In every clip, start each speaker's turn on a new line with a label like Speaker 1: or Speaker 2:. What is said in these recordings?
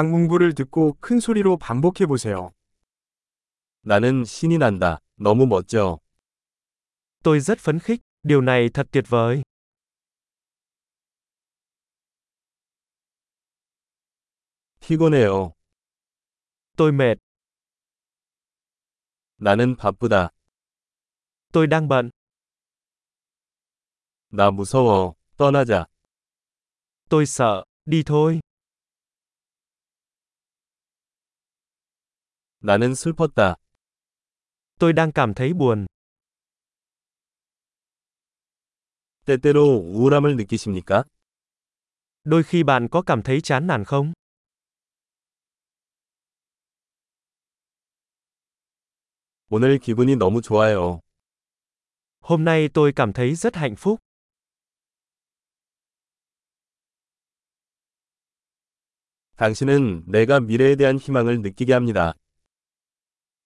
Speaker 1: 강문부를 듣고 큰 소리로 반복해 보세요.
Speaker 2: 나는 신이 난다. 너무 멋져.
Speaker 3: Tôi rất phấn khích, điều này thật tuyệt vời.
Speaker 2: 피곤해요.
Speaker 3: Tôi mệt,
Speaker 2: 나는 바쁘다.
Speaker 3: tôi đang bận,
Speaker 2: 나 무서워. 떠나자.
Speaker 3: tôi sợ, đi thôi.
Speaker 2: 나는 슬펐다.
Speaker 3: Tôi đang cảm thấy buồn.
Speaker 2: 때때로 우울함을 느끼십니까?
Speaker 3: Đôi khi bạn có cảm thấy chán nản không?
Speaker 2: 오늘 기분이 너무 좋아요.
Speaker 3: Hôm nay tôi cảm thấy rất hạnh phúc,
Speaker 2: 당신은 내가 미래에 대한 희망을 느끼게 합니다.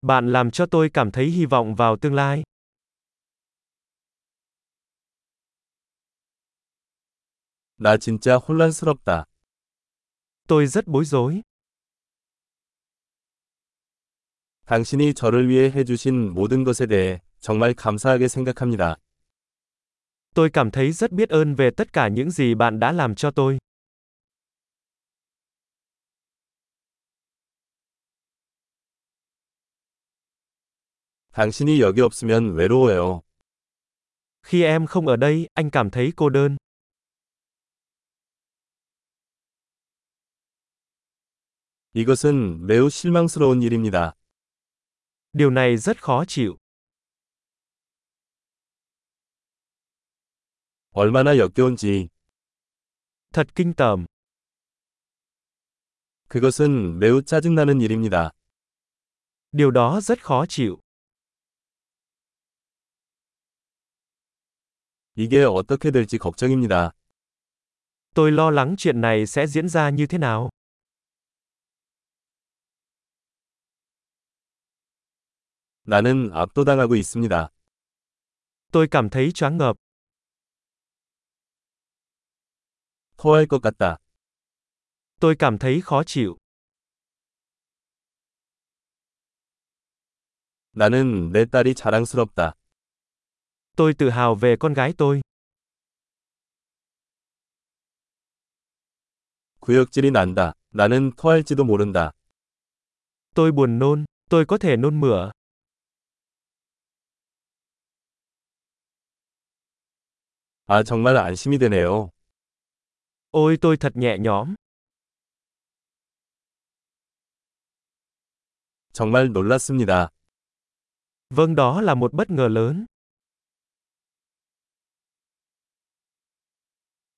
Speaker 3: bạn làm cho tôi cảm thấy hy vọng vào tương lai.
Speaker 2: 나 진짜 혼란스럽다.
Speaker 3: Tôi rất bối rối,
Speaker 2: 당신이 저를 위해 해주신 모든 것에 대해 정말 감사하게 생각합니다.
Speaker 3: tôi cảm thấy rất biết ơn về tất cả những gì bạn đã làm cho tôi.
Speaker 2: 당신이 여기 없으면 외로워요.
Speaker 3: Khi em không ở đây, anh cảm thấy cô đơn.
Speaker 2: 이것은 매우 실망스러운 일입니다.
Speaker 3: Điều này rất khó chịu,
Speaker 2: 얼마나 역겨운지.
Speaker 3: thật kinh tởm,
Speaker 2: 그것은 매우 짜증나는 일입니다.
Speaker 3: điều đó rất khó chịu.
Speaker 2: 이게 어떻게 될지 걱정입니다.
Speaker 3: Tôi lo lắng chuyện này sẽ diễn ra như thế nào.
Speaker 2: 나는 압도당하고 있습니다.
Speaker 3: Tôi cảm thấy choáng ngợp,
Speaker 2: 토할 것 같다.
Speaker 3: tôi cảm thấy khó chịu,
Speaker 2: 나는 내 딸이 자랑스럽다.
Speaker 3: tôi tự hào về con gái tôi,
Speaker 2: 구역질이 난다. 나는 토할지도 모른다.
Speaker 3: tôi buồn nôn, tôi có thể nôn mửa,
Speaker 2: 아, 정말 안심이 되네요.
Speaker 3: ôi tôi thật nhẹ nhõm,
Speaker 2: 정말 놀랐습니다.
Speaker 3: vâng đó là một bất ngờ lớn,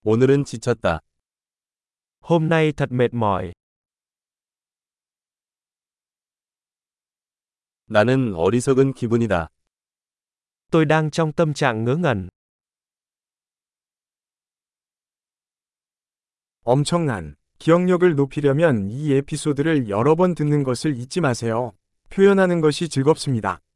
Speaker 2: 오늘은 지쳤다.
Speaker 3: hôm nay thật mệt mỏi,
Speaker 2: 나는 어리석은 기분이다.
Speaker 3: tôi đang trong tâm trạng ngớ ngẩn,
Speaker 1: 엄청난 기억력을 높이려면 이 에피소드를 여러 번 듣는 것을 잊지 마세요. 표현하는 것이 즐겁습니다.